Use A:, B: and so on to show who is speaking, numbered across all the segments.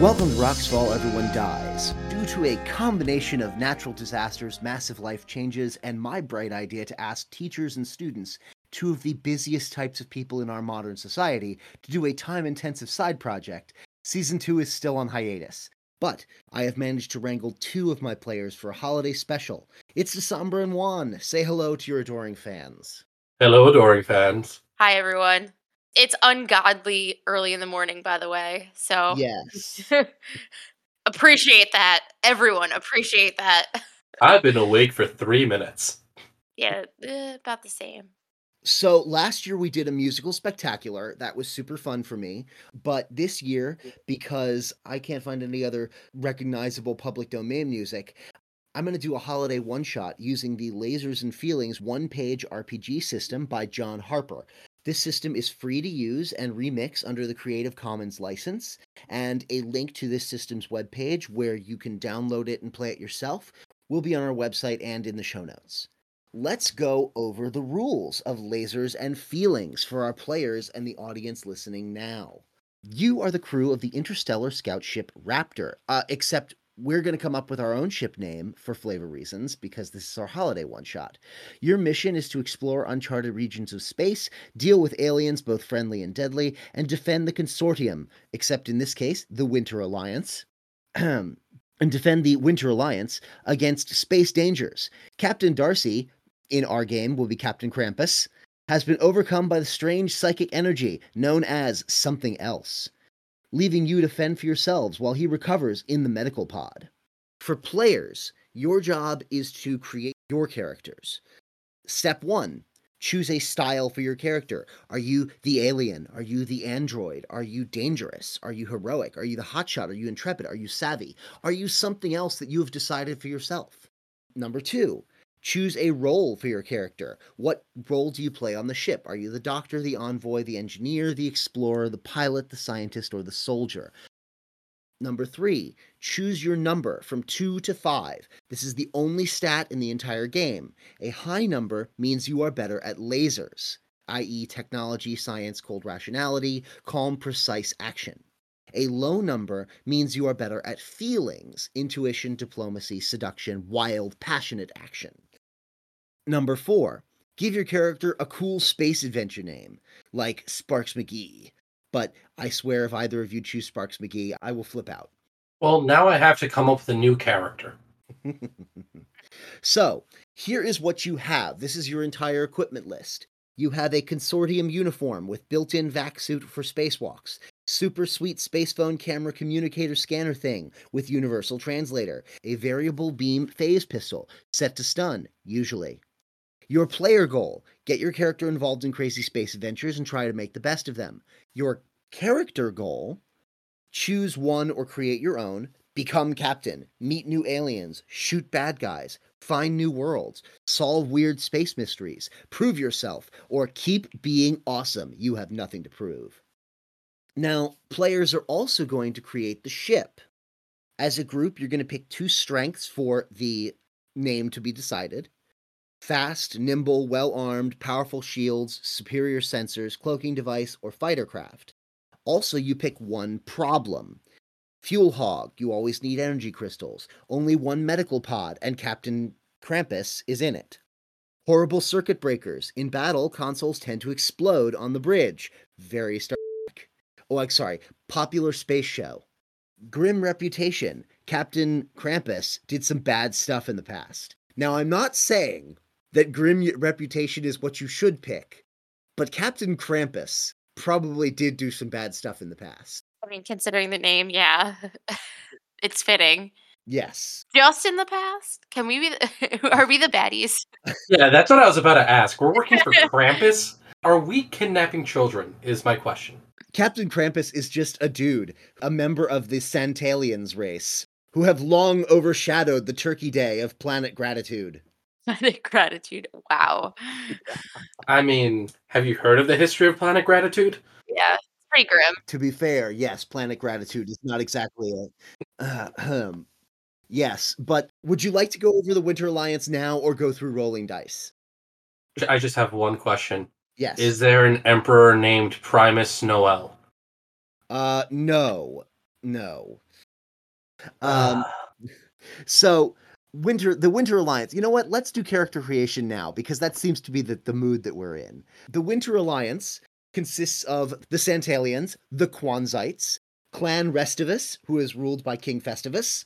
A: Welcome to Rocksfall Everyone Dies. Due to a combination of natural disasters, massive life changes, and my bright idea to ask teachers and students, two of the busiest types of people in our modern society, to do a time intensive side project, Season 2 is still on hiatus. But I have managed to wrangle two of my players for a holiday special. It's December and Juan. Say hello to your adoring fans.
B: Hello, adoring fans.
C: Hi, everyone. It's ungodly early in the morning, by the way. So
A: Yes.
C: appreciate that. Everyone appreciate that.
B: I've been awake for three minutes.
C: Yeah, eh, about the same.
A: So last year we did a musical spectacular. That was super fun for me. But this year, because I can't find any other recognizable public domain music, I'm going to do a holiday one shot using the Lasers and Feelings one page RPG system by John Harper. This system is free to use and remix under the Creative Commons license, and a link to this system's webpage where you can download it and play it yourself will be on our website and in the show notes. Let's go over the rules of lasers and feelings for our players and the audience listening now. You are the crew of the interstellar scout ship Raptor, uh, except we're going to come up with our own ship name for flavor reasons because this is our holiday one shot. Your mission is to explore uncharted regions of space, deal with aliens both friendly and deadly, and defend the consortium, except in this case, the Winter Alliance. and defend the Winter Alliance against space dangers. Captain Darcy, in our game will be Captain Krampus, has been overcome by the strange psychic energy known as something else, leaving you to fend for yourselves while he recovers in the medical pod. For players, your job is to create your characters. Step one choose a style for your character. Are you the alien? Are you the android? Are you dangerous? Are you heroic? Are you the hotshot? Are you intrepid? Are you savvy? Are you something else that you have decided for yourself? Number two, Choose a role for your character. What role do you play on the ship? Are you the doctor, the envoy, the engineer, the explorer, the pilot, the scientist, or the soldier? Number three, choose your number from two to five. This is the only stat in the entire game. A high number means you are better at lasers, i.e., technology, science, cold rationality, calm, precise action. A low number means you are better at feelings, intuition, diplomacy, seduction, wild, passionate action. Number four, give your character a cool space adventure name, like Sparks McGee. But I swear, if either of you choose Sparks McGee, I will flip out.
B: Well, now I have to come up with a new character.
A: so, here is what you have. This is your entire equipment list. You have a consortium uniform with built in vac suit for spacewalks, super sweet space phone camera communicator scanner thing with universal translator, a variable beam phase pistol set to stun, usually. Your player goal get your character involved in crazy space adventures and try to make the best of them. Your character goal choose one or create your own, become captain, meet new aliens, shoot bad guys, find new worlds, solve weird space mysteries, prove yourself, or keep being awesome. You have nothing to prove. Now, players are also going to create the ship. As a group, you're going to pick two strengths for the name to be decided. Fast, nimble, well armed, powerful shields, superior sensors, cloaking device, or fighter craft. Also, you pick one problem. Fuel hog, you always need energy crystals. Only one medical pod, and Captain Krampus is in it. Horrible circuit breakers. In battle, consoles tend to explode on the bridge. Very Star Trek. Oh, I'm sorry. Popular space show. Grim reputation. Captain Krampus did some bad stuff in the past. Now, I'm not saying that grim reputation is what you should pick, but Captain Krampus probably did do some bad stuff in the past.
C: I mean, considering the name, yeah, it's fitting.
A: Yes.
C: Just in the past, can we be? The, are we the baddies?
B: Yeah, that's what I was about to ask. We're working for Krampus. Are we kidnapping children? Is my question.
A: Captain Krampus is just a dude, a member of the Santalians race, who have long overshadowed the Turkey Day of planet gratitude.
C: Gratitude. Wow.
B: I mean, have you heard of the history of planet gratitude?
C: Yeah, it's pretty grim.
A: To be fair, yes, planet gratitude is not exactly it. Ahem. yes, but would you like to go over the Winter Alliance now or go through rolling dice?
B: I just have one question.
A: Yes.
B: Is there an emperor named Primus Noel?
A: uh no. No. Um, so winter the winter alliance you know what let's do character creation now because that seems to be the, the mood that we're in the winter alliance consists of the santalians the quanzites clan restivus who is ruled by king festivus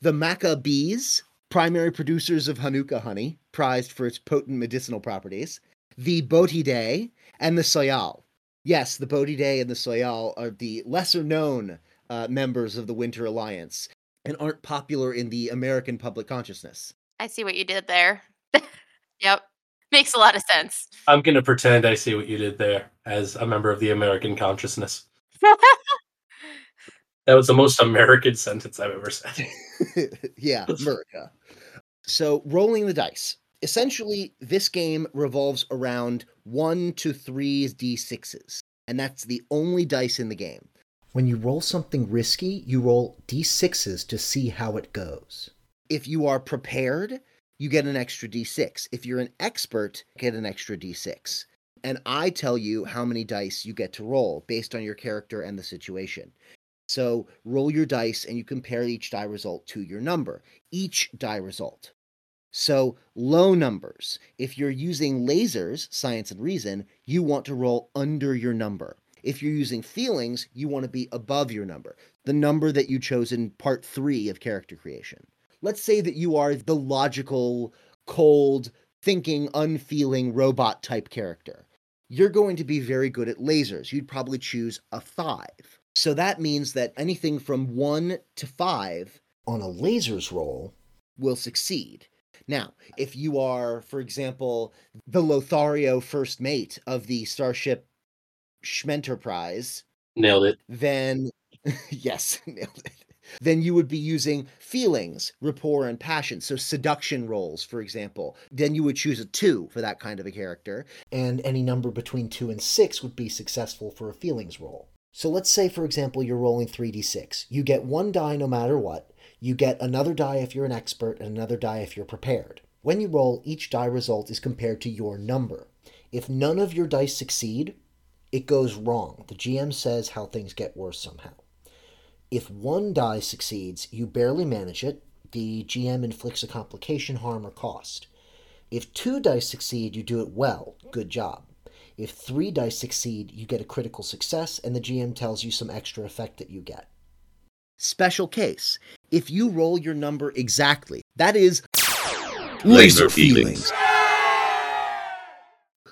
A: the maca bees primary producers of hanukkah honey prized for its potent medicinal properties the botidae and the soyal yes the botidae and the soyal are the lesser known uh, members of the winter alliance and aren't popular in the American public consciousness.
C: I see what you did there. yep. Makes a lot of sense.
B: I'm going to pretend I see what you did there as a member of the American consciousness. That was the most American sentence I've ever said.
A: yeah, America. So, rolling the dice. Essentially, this game revolves around one to three d6s, and that's the only dice in the game. When you roll something risky, you roll d6s to see how it goes. If you are prepared, you get an extra d6. If you're an expert, get an extra d6. And I tell you how many dice you get to roll based on your character and the situation. So roll your dice and you compare each die result to your number, each die result. So low numbers. If you're using lasers, science and reason, you want to roll under your number. If you're using feelings, you want to be above your number, the number that you chose in part three of character creation. Let's say that you are the logical, cold, thinking, unfeeling robot type character. You're going to be very good at lasers. You'd probably choose a five. So that means that anything from one to five on a lasers roll will succeed. Now, if you are, for example, the Lothario first mate of the starship Schmenterprise,
B: Nailed it.
A: then yes, nailed it. Then you would be using feelings, rapport, and passion. So seduction roles, for example. Then you would choose a two for that kind of a character. And any number between two and six would be successful for a feelings roll. So let's say, for example, you're rolling 3d6. You get one die no matter what. You get another die if you're an expert, and another die if you're prepared. When you roll, each die result is compared to your number. If none of your dice succeed, it goes wrong. The GM says how things get worse somehow. If one die succeeds, you barely manage it. The GM inflicts a complication, harm, or cost. If two dice succeed, you do it well. Good job. If three dice succeed, you get a critical success, and the GM tells you some extra effect that you get. Special case. If you roll your number exactly, that is
D: Laser feelings.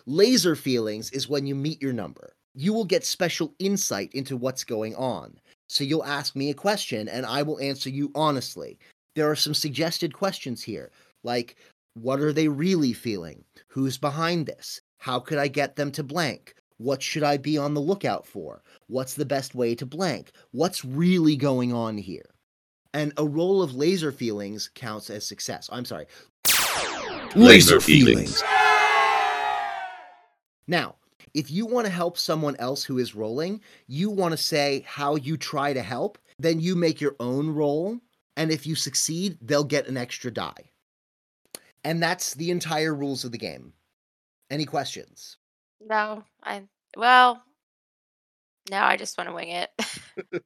A: Laser feelings is when you meet your number. You will get special insight into what's going on. So you'll ask me a question and I will answer you honestly. There are some suggested questions here, like what are they really feeling? Who's behind this? How could I get them to blank? What should I be on the lookout for? What's the best way to blank? What's really going on here? And a roll of laser feelings counts as success. I'm sorry,
D: Laser feelings.
A: Now, if you want to help someone else who is rolling, you want to say how you try to help, then you make your own roll, and if you succeed, they'll get an extra die. And that's the entire rules of the game. Any questions?
C: No, I well. Now I just want to wing it.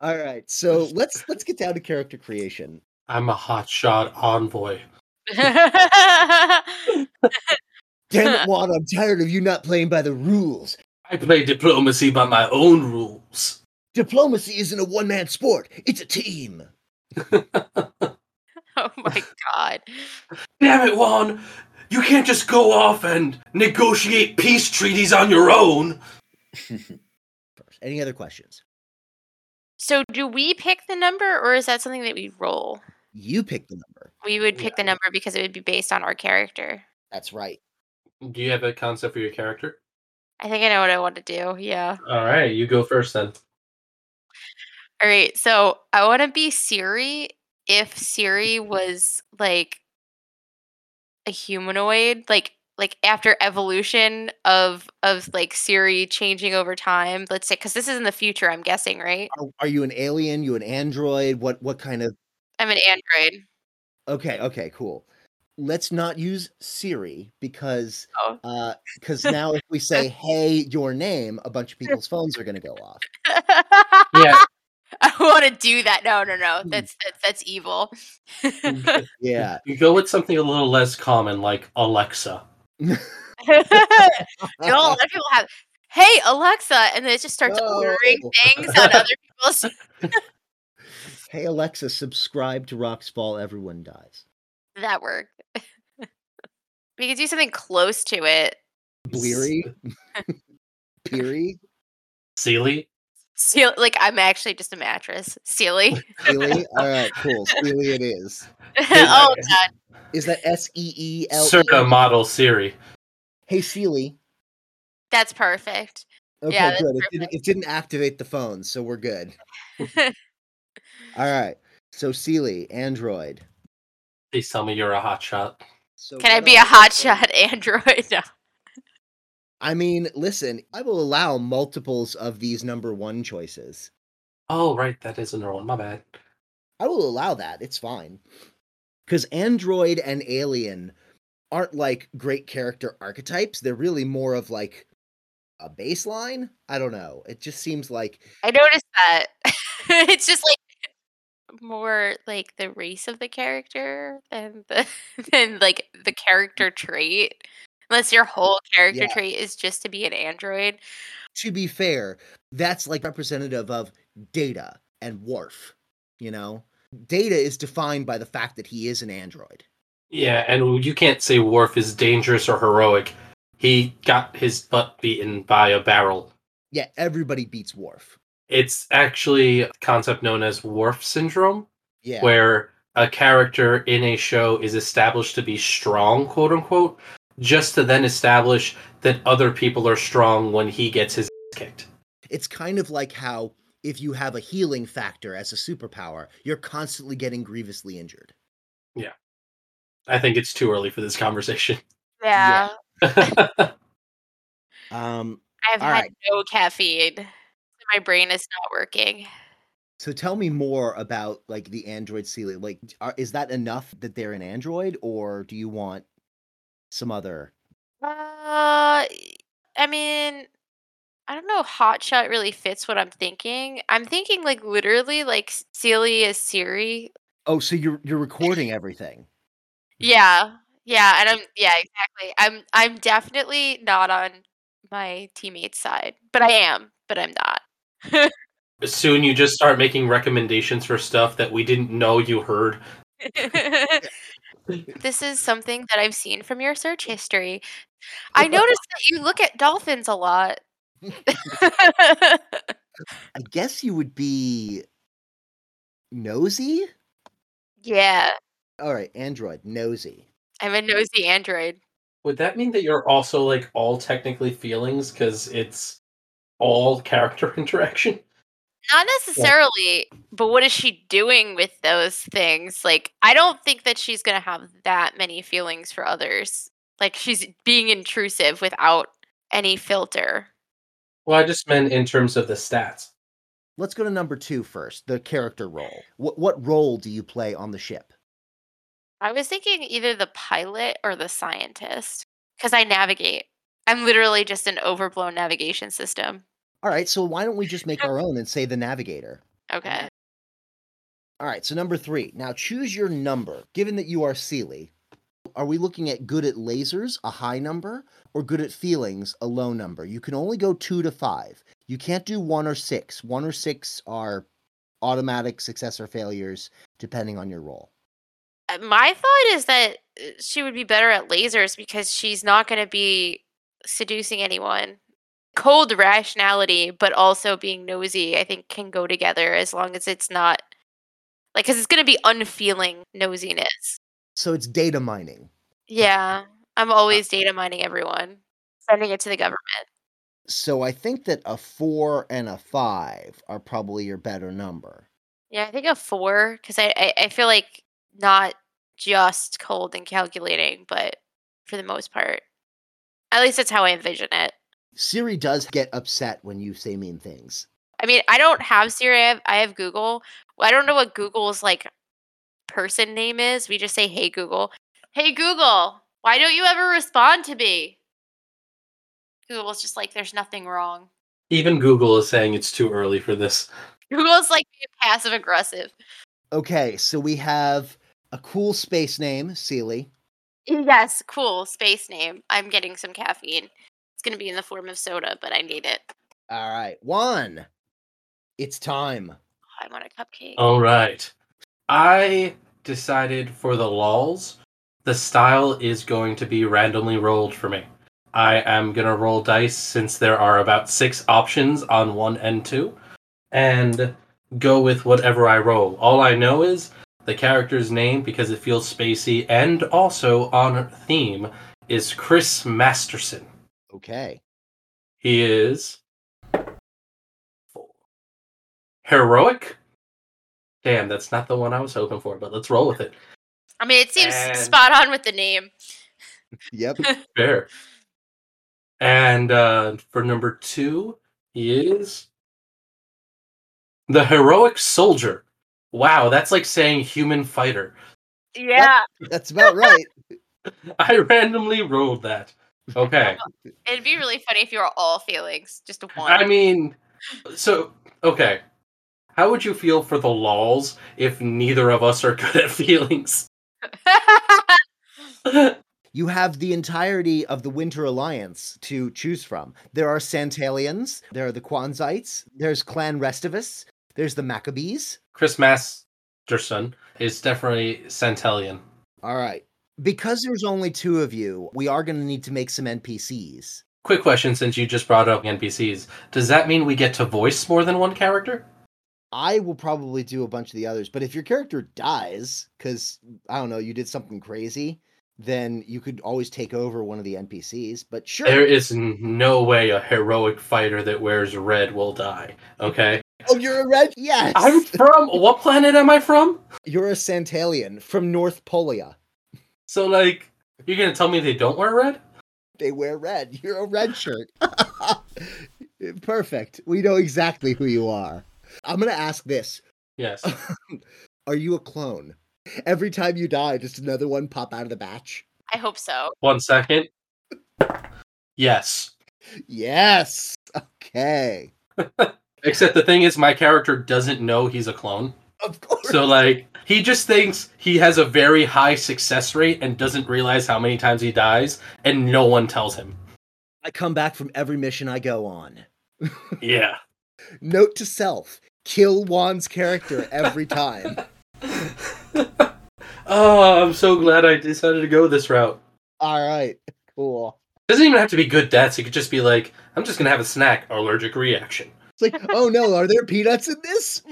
A: All right. So, let's let's get down to character creation.
B: I'm a hotshot envoy.
A: Damn it, Juan, I'm tired of you not playing by the rules.
B: I play diplomacy by my own rules.
A: Diplomacy isn't a one-man sport. It's a team.
C: oh my god.
B: Damn it, Juan! You can't just go off and negotiate peace treaties on your own.
A: First, any other questions?
C: So do we pick the number or is that something that we roll?
A: You pick the number.
C: We would pick the number because it would be based on our character.
A: That's right.
B: Do you have a concept for your character?
C: I think I know what I want to do. Yeah.
B: All right, you go first then.
C: All right. So I want to be Siri if Siri was like a humanoid, like like after evolution of of like Siri changing over time. Let's say because this is in the future. I'm guessing, right?
A: are, are you an alien? You an android? What what kind of?
C: I'm an android.
A: Okay, okay, cool. Let's not use Siri because
C: Oh.
A: because now if we say hey your name, a bunch of people's phones are going to go off.
B: Yeah.
C: I want to do that. No, no, no. That's that's, that's evil.
A: Yeah.
B: You go with something a little less common, like Alexa.
A: Uh,
C: no, a lot of people have. Hey Alexa, and then it just starts
A: No.
C: ordering things on other people's.
A: Hey Alexa, subscribe to Rocks Fall. Everyone dies.
C: That work. we could do something close to it.
A: Bleary, Peary,
B: Sealy.
C: Seal, like I'm actually just a mattress. Sealy.
A: Sealy. All right, cool. Sealy, it is.
C: oh god.
A: Is that S E E L?
B: Circa model Siri.
A: Hey Sealy.
C: That's perfect.
A: Okay,
C: Yeah, that's
A: good. It didn't,
C: perfect.
A: it didn't activate the phone, so we're good. All right. So Sealy, Android.
B: Please tell me you're a hot shot.
A: So
C: Can I
A: what
C: be a
A: else?
C: hot shot android? No.
A: I mean, listen, I will allow multiples of these number one choices.
B: Oh right, that is another one. My bad.
A: I will allow that. It's fine. Because Android and Alien aren't like great character archetypes. They're really more of like a baseline. I don't know. It just seems like
C: I noticed that. it's just like more like the race of the character than the than like the character trait. Unless your whole character
A: Yeah.
C: trait is just to be an android.
A: to be fair, that's like representative of Data and Worf, you know? Data is defined by the fact that he is an android.
B: Yeah, and you can't say Worf is dangerous or heroic. He got his butt beaten by a barrel.
A: Yeah, everybody beats Worf.
B: It's actually a concept known as Worf syndrome,
A: Yeah.
B: where a character in a show is established to be strong, quote unquote, just to then establish that other people are strong when he gets his ass kicked.
A: It's kind of like how if you have a healing factor as a superpower, you're constantly getting grievously injured.
B: I think it's too early for this conversation.
A: Yeah.
C: Yeah.
A: Um,
C: I've
A: All
C: had
A: right.
C: no caffeine. My brain is not working.
A: so tell me more about like the Android ceiling. Like, are, is that enough that they're an Android, or do you want some other?
C: Uh, I mean, I don't know. Hotshot really fits what I'm thinking. I'm thinking like literally like Celia is Siri.
A: Oh, so you're you're recording everything.
C: Yeah, yeah, and I'm yeah exactly. I'm I'm definitely not on my teammate's side, but I am, but I'm not.
B: Soon you just start making recommendations for stuff that we didn't know you heard.
C: this is something that I've seen from your search history. I noticed that you look at dolphins a lot.
A: I guess you would be nosy.
C: yeah,
A: All right, Android nosy.
C: I'm a nosy android.
B: Would that mean that you're also like all technically feelings because it's all character interaction?
C: Not necessarily, but what is she doing with those things? Like, I don't think that she's going to have that many feelings for others. Like, she's being intrusive without any filter.
B: Well, I just meant in terms of the stats.
A: Let's go to number two first. The character role. What what role do you play on the ship?
C: I was thinking either the pilot or the scientist because I navigate. I'm literally just an overblown navigation system.
A: All right, so why don't we just make our own and say the navigator?
C: Okay.
A: All right, so number three. Now choose your number. Given that you are Sealy, are we looking at good at lasers, a high number, or good at feelings, a low number? You can only go two to five. You can't do one or six. One or six are automatic success or failures, depending on your role.
C: Uh, My thought is that uh, she would be better at lasers because she's not going to be seducing anyone. Cold rationality, but also being nosy, I think can go together as long as it's not like, because it's going to be unfeeling nosiness.
A: So it's data mining.
C: Yeah. I'm always data mining everyone, sending it to the government.
A: So I think that a four and a five are probably your better number.
C: Yeah, I think a four because I, I I feel like not just cold and calculating, but for the most part, at least that's how I envision it.
A: Siri does get upset when you say mean things.
C: I mean, I don't have Siri. I have, I have Google. Well, I don't know what Google's like person name is. We just say, "Hey Google, hey Google, why don't you ever respond to me?" Google's just like, "There's nothing wrong."
B: Even Google is saying it's too early for this.
C: Google's like passive aggressive.
A: Okay, so we have a cool space name, Sealy.
C: Yes, cool space name. I'm getting some caffeine. It's gonna be in the form of soda, but I need it.
A: All right, Juan. It's time.
C: I want a cupcake.
B: All right. I decided for the lols, the style is going to be randomly rolled for me. I am going to roll dice since there are about six options on one and two, and go with whatever I roll. All I know is the character's name because it feels spacey and also on theme is Chris Masterson.
A: Okay.
B: He is heroic. Damn, that's not the one I was hoping for, but let's roll with it.
C: I mean, it seems
B: And-
C: spot on with the name.
A: Yep.
B: Fair. And uh, for number two, he is the heroic soldier. Wow, that's like saying human fighter.
A: Yeah. That's about right.
B: I randomly rolled that. Okay.
C: it'd be really funny if you were all Felix, just one.
B: I mean, so, okay. How would you feel for the lols if neither of us are good at feelings?
A: You have the entirety of the Winter Alliance to choose from. There are Santalians, there are the Quanzites, there's Clan Restivus, there's the Maccabees.
B: Chris Masterson is definitely Centellian.
A: All right. Because there's only two of you, we are going to need to make some NPCs.
B: Quick question since you just brought up NPCs. Does that mean we get to voice more than one character?
A: I will probably do a bunch of the others, but if your character dies cuz I don't know, you did something crazy, then you could always take over one of the NPCs, but sure.
B: There is n- no way a heroic fighter that wears red will die. Okay?
A: oh, you're a red? Yes.
B: I'm from what planet am I from?
A: You're a Santalian from North Polia.
B: So like you're gonna tell me they don't wear red?
A: They wear red. You're a red shirt. Perfect. We know exactly who you are. I'm going to ask this.
B: Yes.
A: Are you a clone? Every time you die, just another one pop out of the batch.
C: I hope so.
B: One second. Yes.
A: Yes. Okay.
B: Except the thing is my character doesn't know he's a clone.
A: Of course.
B: So like he just thinks he has a very high success rate and doesn't realize how many times he dies and no one tells him.
A: I come back from every mission I go on.
B: Yeah.
A: Note to self kill Juan's character every time.
B: oh, I'm so glad I decided to go this route.
A: All right. Cool.
B: doesn't even have to be good deaths. It could just be like, I'm just gonna have a snack, allergic reaction.
A: It's like, oh no, are there peanuts in this?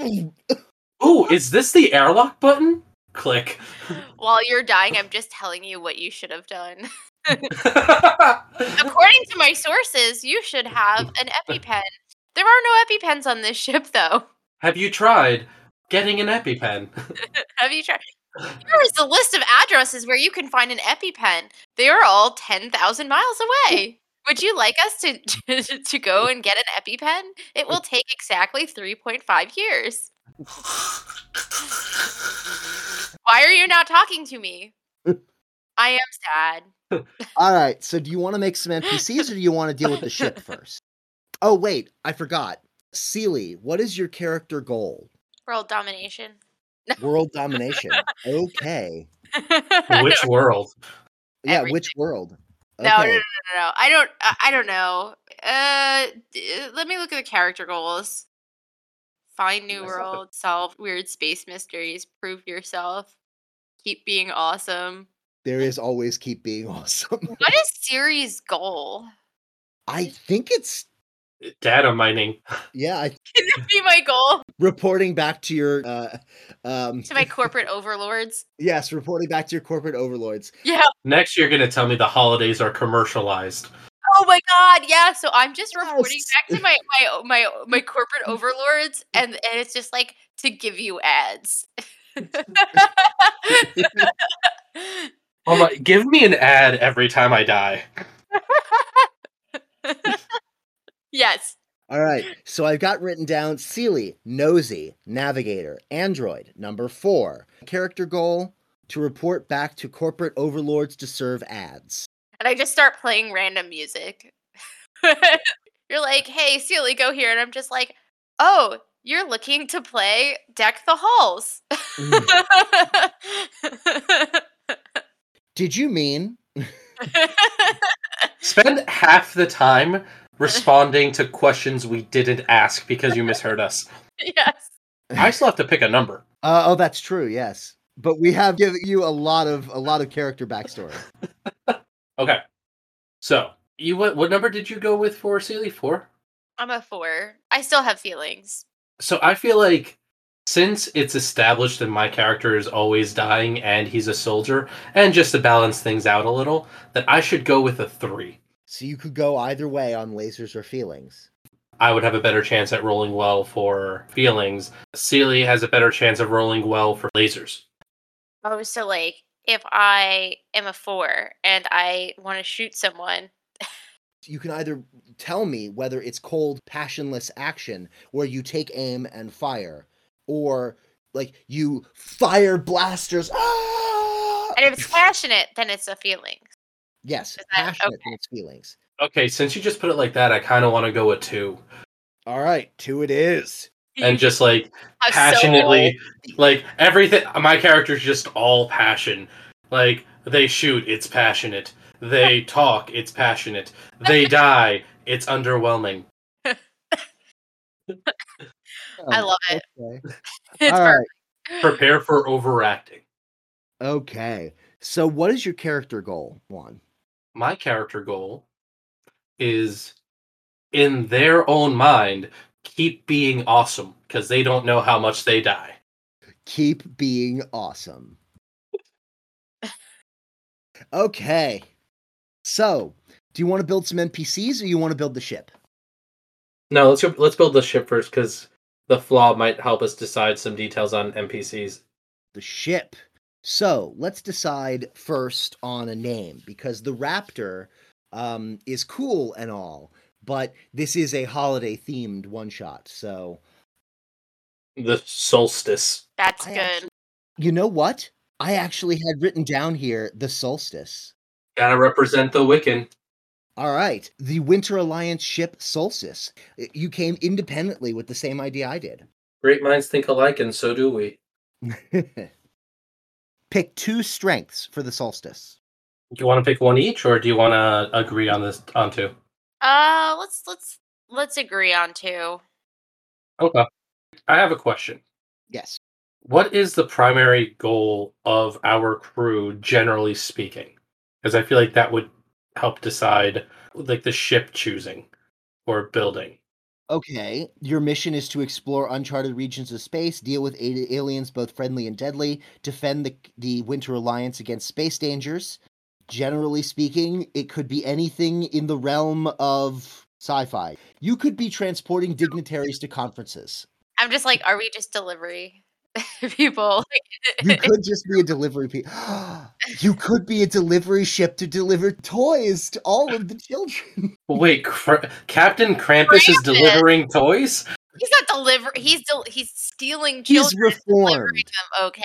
B: Ooh, is this the airlock button? Click.
C: While you're dying, I'm just telling you what you should have done.
B: I
C: According to my sources, you should have an EpiPen. There are no EpiPens on this ship, though.
B: Have you tried getting an EpiPen?
C: Have you tried? Here is the list of addresses where you can find an EpiPen. They are all 10,000 miles away. Would you like us to to go and get an EpiPen? It will take exactly 3.5 years. Why are you not talking to me? I am sad.
A: All right. So, do you want to make some NPCs or do you want to deal with the ship first? Oh, wait. I forgot. Seely, what is your character goal?
C: World domination.
A: World domination. Okay.
C: I
B: Which world?
A: Yeah,
C: Everything.
A: which world?
C: No, no, no, no, no. I don't. I I don't know. Uh, d- let me look at the character goals. Find new
B: Myself, but-
C: world, solve weird space mysteries, prove yourself, keep being awesome.
A: There is always keep being awesome.
C: What is Siri's goal?
A: I think it's
B: Data mining.
A: yeah, I
C: Can that be my goal
A: reporting back to your uh um
C: to my corporate overlords?
A: yes, reporting back to your corporate overlords.
C: Yeah.
B: Next, you're gonna tell me the holidays are commercialized.
C: Oh my God. Yeah. So I'm just reporting
A: Yes.
C: back to my my my my corporate overlords, and and it's just like to give you ads.
B: Oh my! Give me an ad every time I die.
C: yes.
A: All right. So I've got written down Seely, Nosy, Navigator, Android, number 4. Character goal to report back to corporate overlords to serve ads.
C: and I just start playing random music. You're like, "Hey, Sealy, go here," and I'm just like, "Oh, You're looking to play Deck the Halls.
A: Mm. Did you mean?
B: Spend half the time responding to questions we didn't ask because you misheard us.
C: yes.
B: I still have to pick a number.
A: Uh, oh, that's true. Yes, but we have given you a lot of a lot of character backstory.
B: Okay. So you what what number did you go with for Sealy? Four?
C: I'm a four. I still have feelings.
B: So I feel like since it's established that my character is always dying and he's a soldier, and just to balance things out a little, that I should go with a three.
A: So you could go either way on lasers or feelings.
B: I would have a better chance at rolling well for feelings. Sealy has a better chance of rolling well for lasers.
C: Oh, so like if I am a four and I want to shoot someone,
A: You can either tell me whether it's cold, passionless action where you take aim and fire, or like you fire blasters. Ah!
C: and if it's passionate, then it's a feeling.
A: yes,
C: Is that-
A: passionate in its feelings.
B: Okay, since you just put it like that, I kind of want to go with two.
A: All right, two it is.
B: And just like
C: I'm so
B: passionately, like everything, my character's just all passion. Like they shoot, it's passionate. They talk, it's passionate. They die, it's underwhelming.
C: I love it.
A: Oh, Okay.
C: old. It's
A: All right.
C: perfect.
B: Prepare for overacting.
A: Okay. So, what is your character goal, Juan?
B: my character goal is in their own mind keep being awesome because they don't know how much they die
A: Keep being awesome. Okay. So, do you want to build some NPCs or you want to build the ship?
B: no let's go, let's build the ship first because the flaw might help us decide some details on npcs
A: The ship. So, let's decide first on a name because the Raptor um, is cool and all, but this is a holiday themed one shot. So,
B: the solstice
C: That's
A: I
C: good.
A: actually- you know what? I actually had written down here the solstice.
B: gotta represent the wiccan
A: All right. The Winter Alliance ship Solstice. Y- You came independently with the same idea I did.
B: great minds think alike and so do we
A: Pick two strengths for the Solstice.
B: do you want to pick one each or do you want to agree on this on two
C: Uh, let's let's let's agree on two.
B: okay i have a question
A: Yes.
B: what is the primary goal of our crew generally speaking because i feel like that would help decide like the ship choosing or building
A: Okay. Your mission is to explore uncharted regions of space, deal with a- aliens both friendly and deadly, defend the, the Winter Alliance against space dangers. Generally speaking, it could be anything in the realm of sci fi. You could be transporting dignitaries to conferences.
C: I'm just like, are we just delivery people?
A: You could just be a delivery pe- You could be a delivery ship to deliver toys to all of the children.
B: wait Cr- captain krampus is
C: Krampus!
B: delivering toys
C: he's not deliver. He's del- he's stealing
A: He's
C: children. delivering
A: reformed.
C: them. Okay.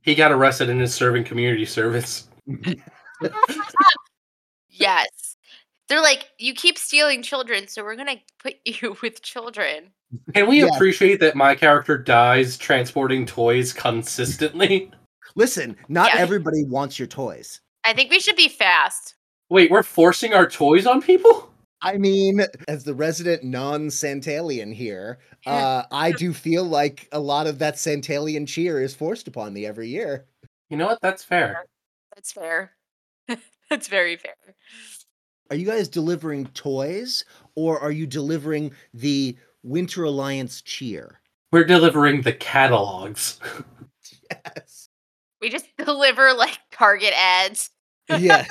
B: he got arrested and is serving community service
C: Yes. They're like, you keep stealing children, so we're gonna put you with children.
B: can we
A: Yes.
B: appreciate that my character dies transporting toys consistently
A: Listen, not
C: Yeah.
A: everybody wants your toys.
C: I think we should be fast.
B: wait we're forcing our toys on people
A: I mean, as the resident non-Santalian here, uh, I do feel like a lot of that Santalian cheer is forced upon me every year.
B: you know what that's fair
C: That's fair. That's very fair.
A: Are you guys delivering toys or are you delivering the Winter Alliance cheer?
B: we're delivering the catalogs
A: Yes.
C: We just deliver like Target ads.
A: Yeah.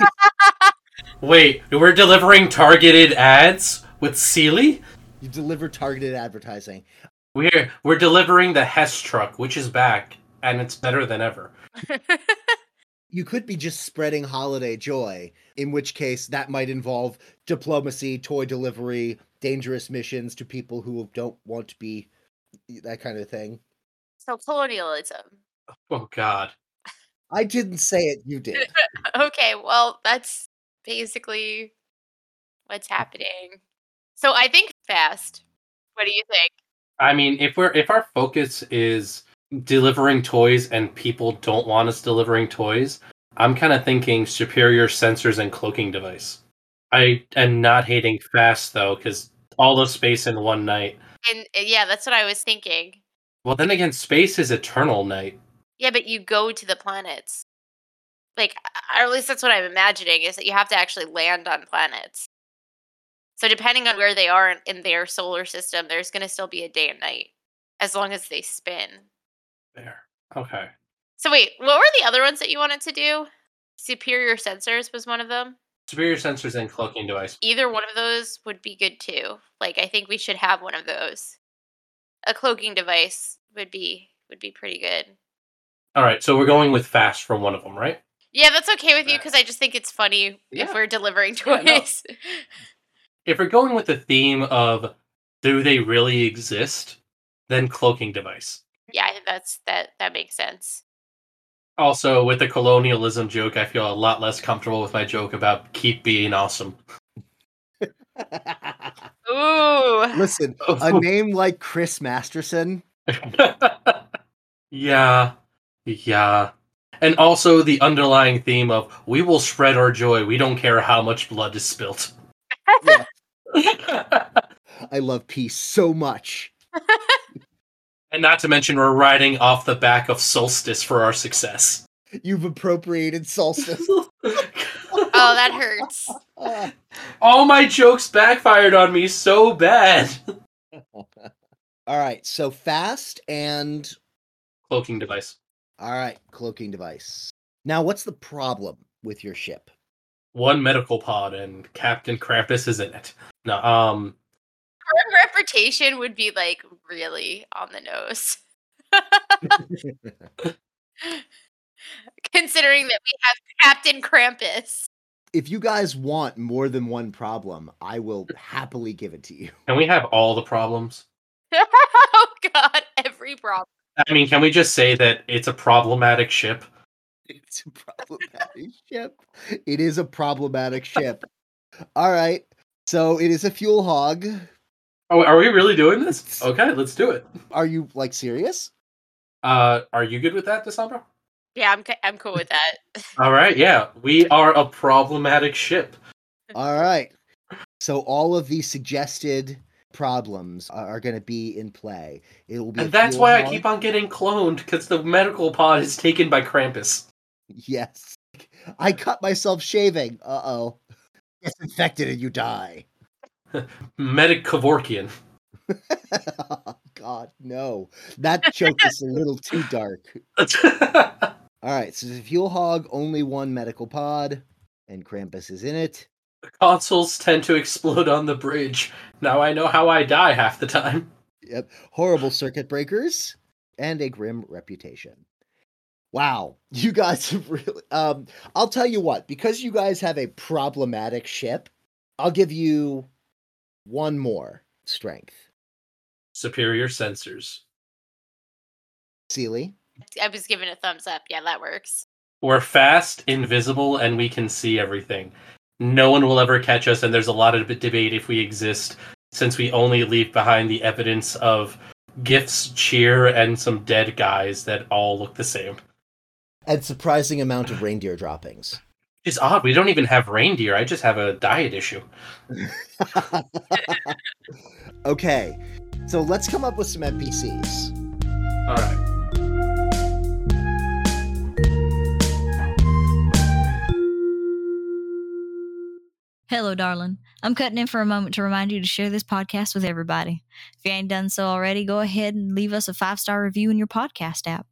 B: Wait, we're delivering targeted ads with Sealy?
A: you deliver targeted advertising.
B: We're we're delivering the Hess truck, which is back, and it's better than ever.
A: you could be just spreading holiday joy, in which case that might involve diplomacy, toy delivery, dangerous missions to people who don't want to be that kind of thing.
C: so colonialism.
B: Oh god.
A: I didn't say it, you did.
C: Okay, well, that's basically what's happening. So I think fast. What do you think?
B: I mean, if we're if our focus is delivering toys and people don't want us delivering toys, I'm kind of thinking superior sensors and cloaking device. I am not hating fast though, because all of space in one night.
C: And uh, yeah, that's what I was thinking.
B: Well, then again, space is eternal night.
C: Yeah, but you go to the planets. Like, I- or at least that's what I'm imagining is that you have to actually land on planets. So depending on where they are in, in their solar system, there's going to still be a day and night as long as they spin.
B: There. Okay.
C: So wait, what were the other ones that you wanted to do? Superior sensors was one of them.
B: Superior sensors and cloaking device.
C: Either one of those would be good too. Like I think we should have one of those. A cloaking device would be would be pretty good.
B: All right, so we're going with fast from one of them, right?
C: Yeah, that's okay with you
B: Right.
C: because I just think it's funny
B: Yeah.
C: if we're delivering
B: Yeah, no.
C: toys.
B: If we're going with the theme of do they really exist, then cloaking device.
C: yeah, I think that's that that makes sense.
B: Also, with the colonialism joke, I feel a lot less comfortable with my joke about keep being awesome.
C: Ooh.
A: Listen, a name like Chris Masterson.
B: yeah. Yeah. And also the underlying theme of we will spread our joy. We don't care how much blood is spilt.
A: Yeah. I love peace so much.
B: and not to mention we're riding off the back of solstice for our success.
A: You've appropriated solstice.
C: Oh, that hurts.
A: Ah.
B: All my jokes backfired on me so bad.
A: all right, so fast and
B: Cloaking device.
A: all right, cloaking device. Now, what's the problem with your ship?
B: One medical pod and Captain Krampus is in it. No, um
C: Her reputation would be like really on the nose. Considering that we have Captain Krampus.
A: If you guys want more than one problem, I will happily give it to you.
B: can we have all the problems?
C: oh god, every problem.
B: I mean, can we just say that it's a problematic ship?
A: It's a problematic ship. It is a problematic ship. All right. So it is a fuel hog.
B: Oh, are we really doing this? Okay, let's do it.
A: Are you like serious?
B: Uh, are you good with that, Desambra?
C: Yeah, I'm co- I'm cool with that.
B: All right, yeah, we are a problematic ship.
A: All right. So all of the suggested problems are, going to be in play. It will be
B: And that's why I keep on getting cloned, because the medical pod is taken by Krampus.
A: Yes. I cut myself shaving. Uh-oh. It's infected and you die.
B: Medic Kavorkian.
A: Oh, God, no. That joke is a little too dark.
B: Krampus
A: All right, so the fuel hog, only one medical pod, and Krampus is in it.
B: consoles tend to explode on the bridge. Now I know how I die half the time.
A: Yep, horrible circuit breakers and a grim reputation. Wow, you guys have really. Um, I'll tell you what, because you guys have a problematic ship, I'll give you one more strength.
B: Superior sensors.
A: Seely,
C: I was giving a thumbs up. Yeah, that works.
B: We're fast, invisible, and we can see everything. No one will ever catch us, and there's a lot of deb- debate if we exist, since we only leave behind the evidence of gifts, cheer, and some dead guys that all look the same.
A: and surprising amount of reindeer droppings.
B: It's odd. We don't even have reindeer. I just have a diet issue.
A: okay, so let's come up with some NPCs.
B: All right.
E: Hello, darling. I'm cutting in for a moment to remind you to share this podcast with everybody. If you ain't done so already, go ahead and leave us a five star review in your podcast app.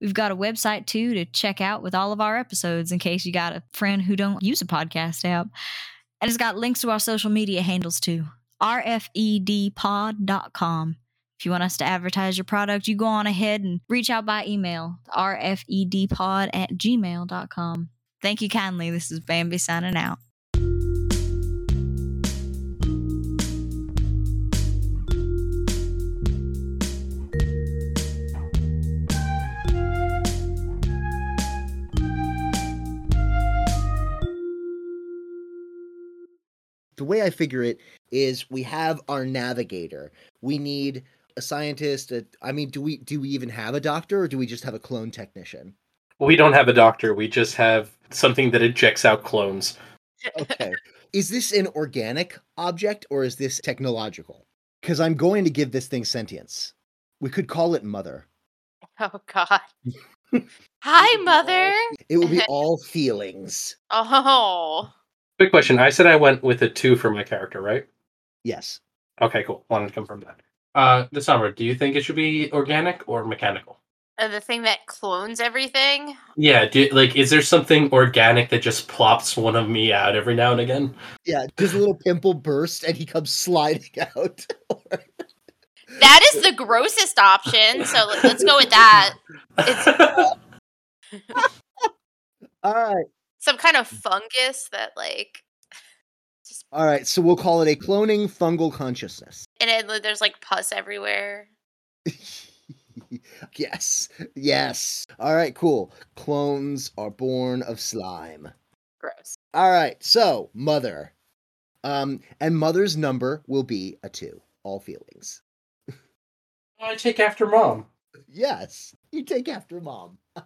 E: We've got a website too to check out with all of our episodes in case you got a friend who don't use a podcast app. And it's got links to our social media handles too. E rfedpod.com. If you want us to advertise your product, you go on ahead and reach out by email, rfedpod at gmail.com. Thank you kindly. This is Bambi signing out.
A: the way I figure it is we have our navigator. We need a scientist? A, I mean, do we do we even have a doctor, or do we just have a clone technician?
B: We don't have a doctor. We just have something that ejects out clones.
A: Okay, is this an organic object or is this technological? Because I'm going to give this thing sentience. We could call it mother.
C: Oh God. Hi, mother.
A: It will be all feelings.
C: Oh.
B: Quick question. I said I went with a two for my character, right?
A: Yes.
B: Okay, cool. Wanted to confirm that. Uh, the summer. Do you think it should be organic or mechanical?
C: Uh, the thing that clones everything.
B: Yeah. Do like, is there something organic that just plops one of me out every now and again?
A: Yeah, does a little pimple burst and he comes sliding out.
C: That is the grossest option. So let- let's go with that.
A: all right.
C: Some kind of fungus that like just
A: All right. So we'll call it a cloning fungal consciousness.
C: and it, like, there's like pus everywhere.
A: yes. Yes. All right, cool. Clones are born of slime.
C: Gross.
A: All right. So, mother. Um and mother's number will be a 2. All feelings.
B: I take after mom.
A: Yes. You take after mom.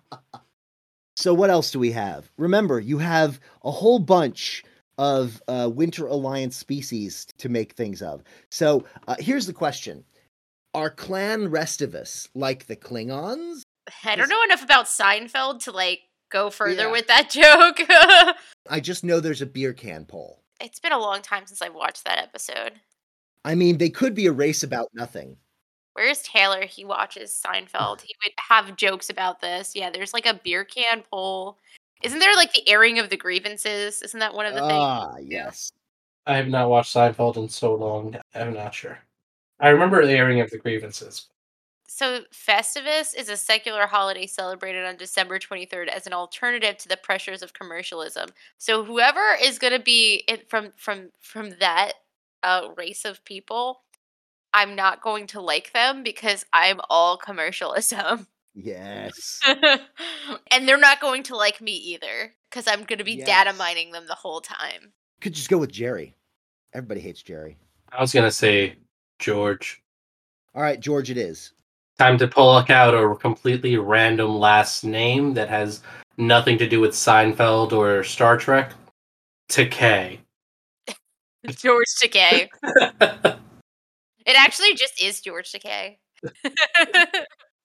A: so what else do we have? Remember, you have a whole bunch of uh, Winter Alliance species to make things of. So uh, here's the question: Are Clan Restivus like the Klingons?
C: I
A: Is-
C: don't know enough about Seinfeld to like go further
A: Yeah.
C: with that joke.
A: I just know there's a beer can poll.
C: it's been a long time since I've watched that episode.
A: I mean, they could be a race about nothing.
C: Where's Taylor? He watches Seinfeld. He would have jokes about this. Yeah, there's like a beer can poll. Isn't there like the airing of the grievances? Isn't that one of the things?
A: Ah, yes.
B: I have not watched Seinfeld in so long. I'm not sure. I remember the airing of the grievances.
C: So, Festivus is a secular holiday celebrated on December 23rd as an alternative to the pressures of commercialism. So, whoever is going to be it from from from that uh, race of people, I'm not going to like them because I'm all commercialism.
A: Yes.
C: and they're not going to like me either because I'm going to be data
A: Yes.
C: mining them the whole time.
A: Could just go with Jerry. Everybody hates Jerry.
B: I was gonna say George.
A: All right, George, it is.
B: Time to pluck out a completely random last name that has nothing to do with Seinfeld or Star Trek. Takei.
C: George Takei. It actually just is George Takei.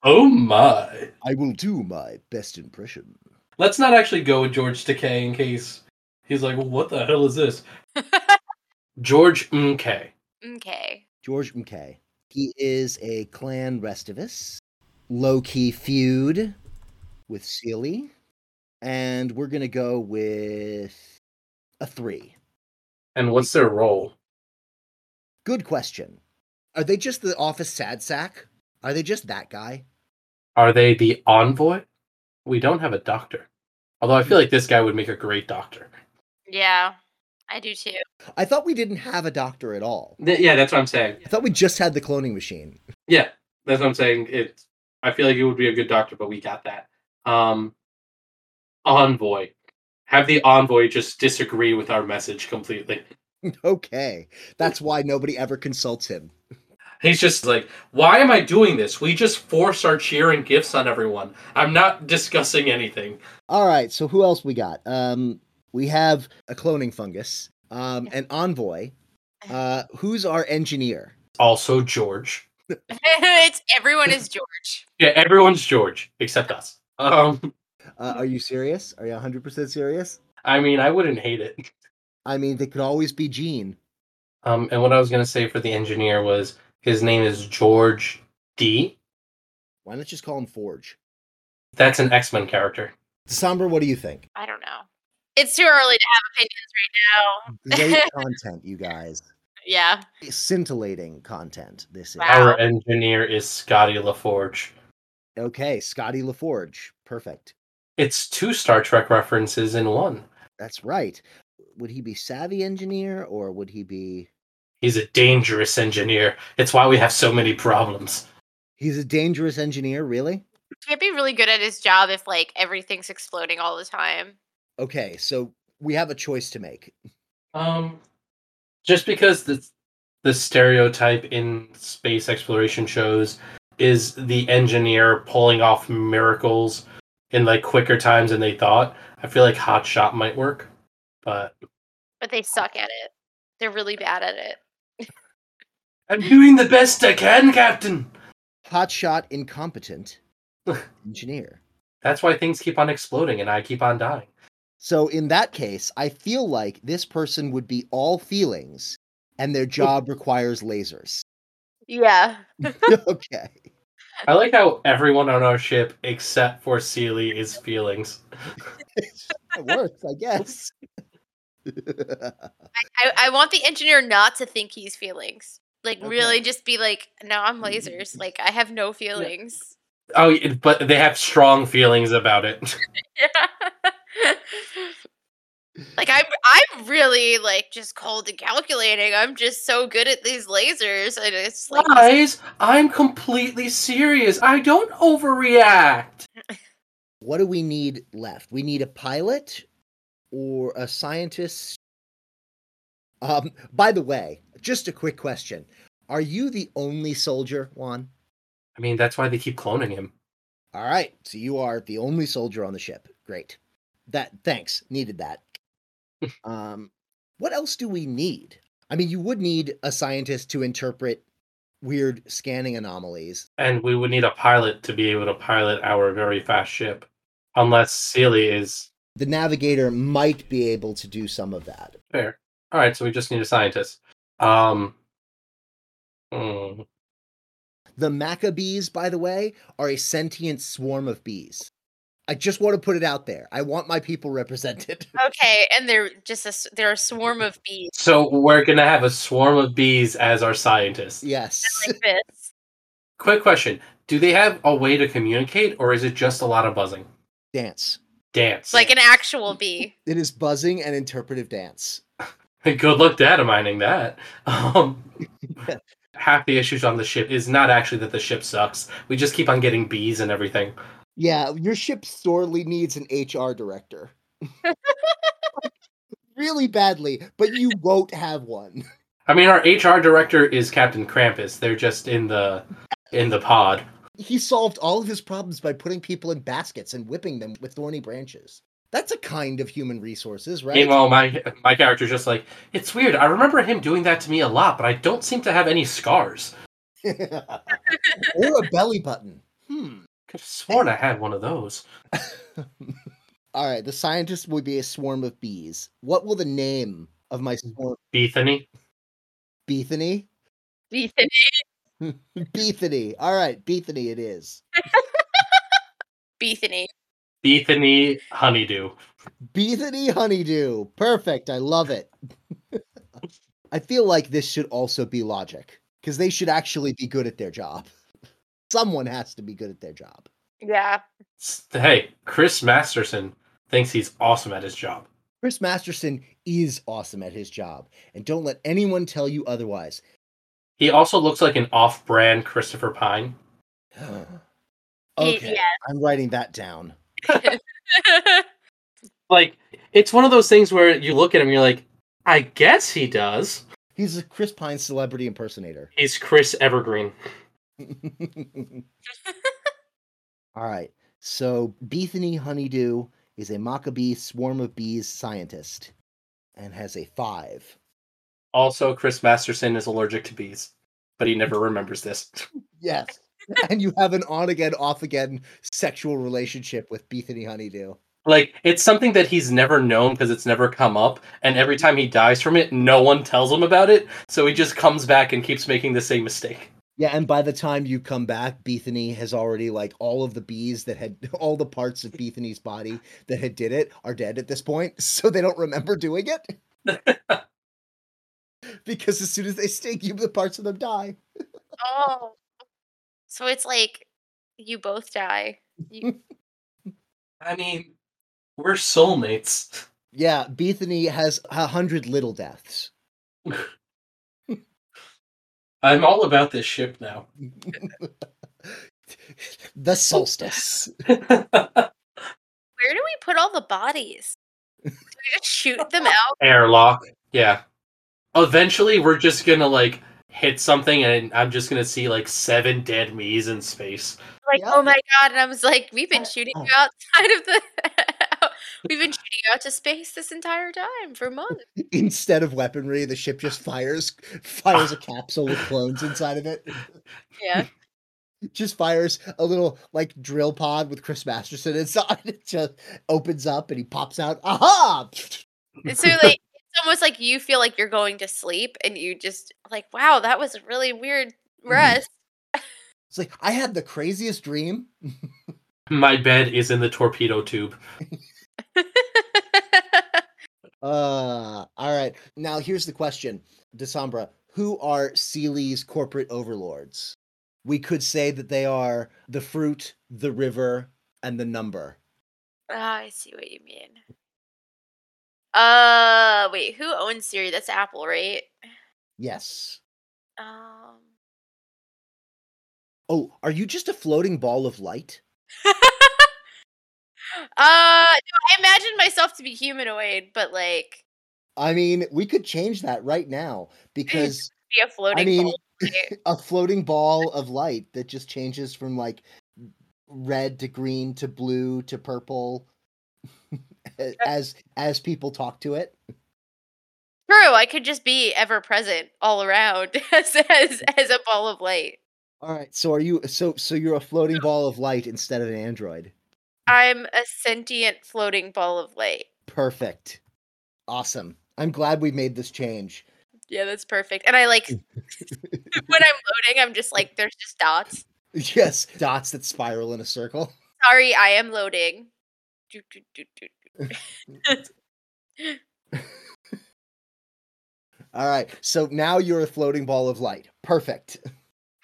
B: oh my.
A: I will do my best impression.
B: Let's not actually go with George Takei in case he's like, what the hell is this? George Mkay.
C: okay.
A: George McKay. He is a clan restivus, low key feud with Sealy, and we're gonna go with a three.
B: And what's their role?
A: Good question. Are they just the office sad sack? Are they just that guy?
B: Are they the envoy? We don't have a doctor. Although I feel like this guy would make a great doctor.
C: Yeah, I do too.
A: I thought we didn't have a doctor at all.
B: yeah, that's what I'm saying.
A: I thought we just had the cloning machine.
B: Yeah, that's what I'm saying. It. I feel like it would be a good doctor, but we got that. Um, envoy. Have the envoy just disagree with our message completely.
A: okay. That's why nobody ever consults him.
B: He's just like, why am I doing this? We just force our cheering gifts on everyone. I'm not discussing anything.
A: All right, so who else we got? Um we have a cloning fungus, um an envoy. Uh who's our engineer?
B: Also, George.
C: it's everyone is George.
B: Yeah, everyone's George except us. Um,
A: Uh, are you serious? Are you 100% serious?
B: I mean, I wouldn't hate it.
A: I mean, they could always be Gene.
B: Um, and what I was gonna say for the engineer was his name is George D.
A: Why not just call him Forge?
B: That's an X Men character.
A: Somber, what do you think?
C: I don't know. It's too early to have opinions right now.
A: Great content, you guys.
C: Yeah.
A: Scintillating content, this is.
C: Wow.
B: Our engineer is Scotty LaForge.
A: Okay, Scotty LaForge. Perfect.
B: It's two Star Trek references in one.
A: That's right. Would he be savvy engineer or would he be.
B: He's a dangerous engineer. It's why we have so many problems.
A: He's a dangerous engineer, really?
C: Can't be really good at his job if like everything's exploding all the time.
A: Okay, so we have a choice to make.
B: Um, just because the the stereotype in space exploration shows is the engineer pulling off miracles in like quicker times than they thought. I feel like Hot Shot might work, but
C: but they suck at it. They're really bad at it.
B: I'm doing the best I can, Captain.
A: Hotshot incompetent engineer.
B: That's why things keep on exploding and I keep on dying.
A: So in that case, I feel like this person would be all feelings and their job requires lasers.
C: Yeah.
A: okay.
B: I like how everyone on our ship except for Seely is feelings.
A: it works, I guess.
C: I, I want the engineer not to think he's feelings. Like really just be like, no, I'm lasers. Like I have no feelings.
B: Oh, but they have strong feelings about it.
C: like I'm I'm really like just cold and calculating. I'm just so good at these lasers and it's like
B: Guys, I'm completely serious. I don't overreact.
A: What do we need left? We need a pilot or a scientist. Um, by the way, just a quick question. Are you the only soldier, Juan?
B: I mean, that's why they keep cloning him.
A: All right. So you are the only soldier on the ship. Great. That thanks. Needed that. um what else do we need? I mean, you would need a scientist to interpret weird scanning anomalies.
B: And we would need a pilot to be able to pilot our very fast ship. Unless Sealy is
A: The navigator might be able to do some of that.
B: fair. All right, so we just need a scientist. Um hmm,
A: The Maccabees, by the way, are a sentient swarm of bees. I just want to put it out there. I want my people represented.
C: okay, and they're just a, s- they're a swarm of bees
B: So we're gonna have a swarm of bees as our scientists.
A: yes.
C: like this.
B: Quick question: Do they have a way to communicate, or is it just a lot of buzzing?
A: Dance.
B: Dance.
C: Like an actual bee.
A: It is buzzing and interpretive dance.
B: Good luck data mining that. Um, half the issues on the ship is not actually that the ship sucks. We just keep on getting bees and everything.
A: Yeah, your ship sorely needs an HR director. really badly, but you won't have one.
B: I mean, our HR director is Captain Krampus. They're just in the in the pod.
A: He solved all of his problems by putting people in baskets and whipping them with thorny branches. That's a kind of human resources, right?
B: Meanwhile, my my character's just like, it's weird. I remember him doing that to me a lot, but I don't seem to have any scars.
A: or a belly button. Hmm.
B: Could have sworn I had one of those.
A: All right, the scientist will be a swarm of bees. What will the name of my swarm
B: Bethany.
A: Bethany?
C: Ethan.
A: Bethany. All right, Bethany it is.
C: Bethany.
B: Bethany Honeydew.
A: Bethany Honeydew. Perfect. I love it. I feel like this should also be logic because they should actually be good at their job. Someone has to be good at their job.
C: Yeah.
B: S- Hey, Chris Masterson thinks he's awesome at his job.
A: Chris Masterson is awesome at his job, and don't let anyone tell you otherwise.
B: He also looks like an off-brand Christopher Pine.
C: He-
A: okay, I'm writing that down.
C: yeah.
B: Like it's one of those things where you look at him, you're like, I guess he does.
A: He's a Chris Pine celebrity impersonator.
B: He's Chris Evergreen.
A: All right. So Bethany Honeydew is a Maccabee swarm of bees scientist and has a five.
B: Also, Chris Masterson is allergic to bees, but he never remembers this.
A: Yes. and you have an on again, off again sexual relationship with Bethany Honeydew.
B: Like it's something that he's never known because it's never come up, and every time he dies from it, no one tells him about it. So he just comes back and keeps making the same mistake.
A: Yeah, and by the time you come back, Bethany has already like all of the bees that had all the parts of Bethany's body that had did it are dead at this point, so they don't remember doing it. because as soon as they sting you, the parts of them die.
C: Oh. So it's like you both die. You,
B: I mean, we're soulmates.
A: Yeah, Bethany has a hundred little deaths.
B: I'm all about this ship now.
A: the solstice.
C: where do we put all the bodies? Do we just shoot them out?
B: Airlock. Yeah. Eventually, we're just gonna like hit something and I'm just gonna see like seven dead me's in space.
C: like,
A: Yeah.
C: oh my god! And I was like, we've been shooting you outside of the. we've been shooting you out to space this entire time for months.
A: Instead of weaponry, the ship just fires fires a capsule with clones inside of it.
C: Yeah,
A: Just fires a little like drill pod with Chris Masterson inside. It just opens up and he pops out. Aha!
C: and so like. It's almost like you feel like you're going to sleep, and you just like, wow, that was a really weird rest.
A: It's like I had the craziest dream.
B: My bed is in the torpedo tube.
A: Uh, all right. Now here's the question, Desambra. Who are Sealy's corporate overlords? We could say that they are the fruit, the river, and the number.
C: Ah, I see what you mean. Uh, wait, who owns Siri? That's Apple, right?
A: Yes.
C: Um,
A: Oh, are you just a floating ball of light?
C: uh, no, I imagine myself to be humanoid, but like
A: I mean, we could change that right now because
C: be a floating.
A: I mean,
C: ball of light.
A: a floating ball of light that just changes from like red to green to blue to purple as as people talk to it.
C: True, I could just be ever present all around as as as a ball of light.
A: All right. So are you so so you're a floating ball of light instead of an android.
C: I'm a sentient floating ball of light.
A: Perfect. Awesome. I'm glad we made this change.
C: Yeah, that's perfect. And I like when I'm loading, I'm just like, there's just dots.
A: Yes, dots that spiral in a circle.
C: Sorry, I am loading. Doo, doo, doo, doo,
A: All right. So now you're a floating ball of light. Perfect.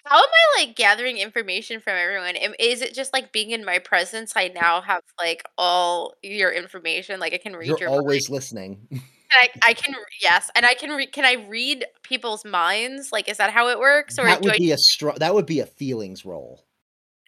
C: How am I like gathering information from everyone? Am- Is it just like being in my presence? I now have like all your information. Like I can read
A: You're
C: your
A: always
C: mind.
A: listening.
C: And I, I can re- yes, and I can read. Can I read people's minds? Like is that how it works, or
A: That
C: do
A: would
C: I,
A: be a strong that would be a feelings roll.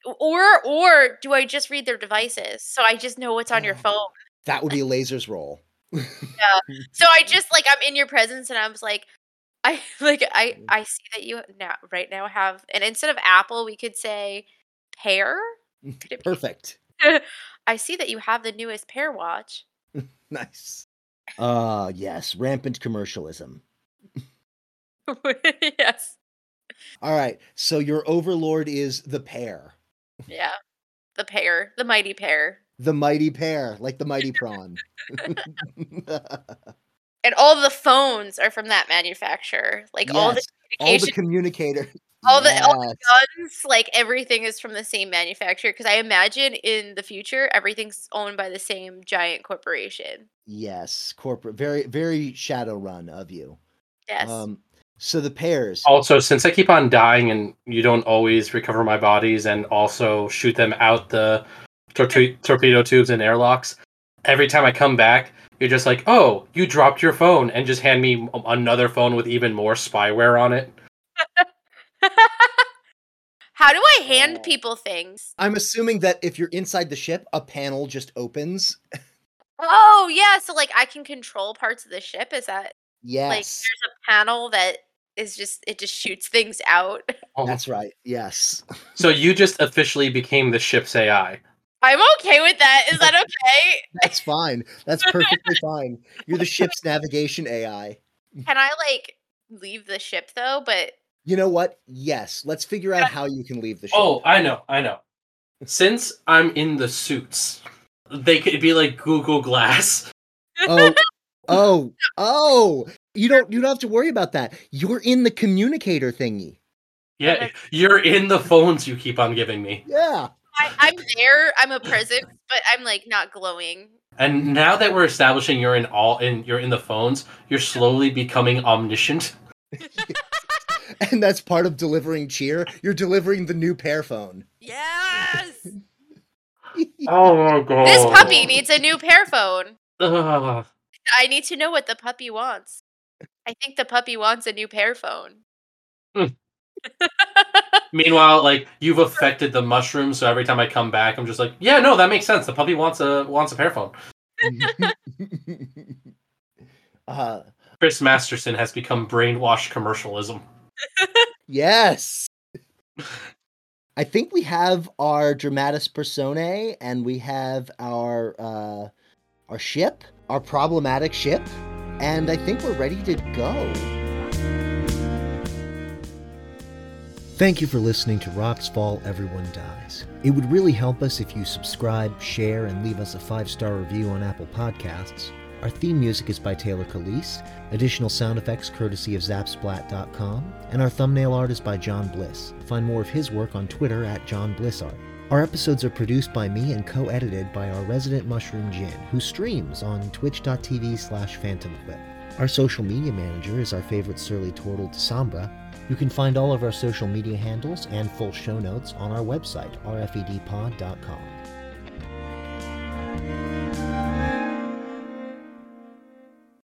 C: or or do I just read their devices? So I just know what's on your
A: Oh.
C: phone.
A: That would be a laser's roll.
C: So I just like I'm in your presence, and I was like, I like I I see that you now right now have, and instead of apple, we could say pear. Could
A: Mm,
C: it be
A: Perfect.
C: I see that you have the newest pair watch.
A: Nice. Ah, yes, rampant commercialism.
C: yes.
A: All right, so your overlord is the pair,
C: Yeah. The pair, the mighty pair.
A: the mighty pair, like the mighty prawn.
C: And all the phones are from that manufacturer. Like all the
A: Yes, all the
C: communication-
A: communicator,
C: all the- all
A: Yes.
C: guns, like everything is from the same manufacturer. Because I imagine in the future, everything's owned by the same giant corporation.
A: yes, corporate, very very shadow run of you.
C: Yes.
A: Um so the pairs,
B: Also, since I keep on dying and you don't always recover my bodies and also shoot them out the tortu- torpedo tubes and airlocks, every time I come back, you're just like, oh, you dropped your phone, and just hand me a- another phone with even more spyware on it.
C: How do I
A: Oh.
C: hand people things?
A: I'm assuming that if you're inside the ship, a panel just opens.
C: Oh yeah, so like I can control parts of the ship. Is that like
A: Yes,
C: there's a panel that is just it just shoots things out.
A: that's right. Yes,
B: So you just officially became the ship's AI.
C: I'm okay with that. Is that okay?
A: that's fine. That's perfectly fine. You're the ship's navigation AI.
C: Can I like leave the ship though? But
A: You know what? Yes. Let's figure out how you can leave the ship.
B: Oh, I know, I know. Since I'm in the suits, they could be like Google Glass.
A: oh, oh, oh. You don't you don't have to worry about that. You're in the communicator thingy.
B: Yeah, you're in the phones you keep on giving me.
A: Yeah.
C: I, I'm there. I'm a present, but I'm like not glowing.
B: And now that we're establishing you're in all in you're in the phones, you're slowly becoming omniscient.
A: And that's part of delivering cheer. You're delivering the new pair phone.
C: Yes.
B: Oh my god.
C: This puppy needs a new pair phone.
B: Ugh.
C: I need to know what the puppy wants. I think the puppy wants a new pair phone.
B: Mm. Meanwhile, like you've affected the mushroom, so every time I come back, I'm just like, yeah, no, that makes sense. The puppy wants a wants a pair phone.
A: uh Uh,
B: Chris Masterson has become brainwashed commercialism.
A: Yes. I think we have our dramatis personae and we have our uh, our ship, our problematic ship, and I think we're ready to go. Thank you for listening to Rocks Fall Everyone Dies. It would really help us if you subscribe, share, and leave us a five-star review on Apple Podcasts. Our theme music is by Taylor Calise, additional sound effects courtesy of Zapsplat.com, and our thumbnail art is by John Bliss. Find more of his work on Twitter at John Bliss Art. Our episodes are produced by me and co-edited by our resident mushroom Jin, who streams on twitch.tv slash phantomquip. Our social media manager is our favorite surly turtle, Samba. You can find E all of our social media handles and full show notes on our website, rfedpod.com.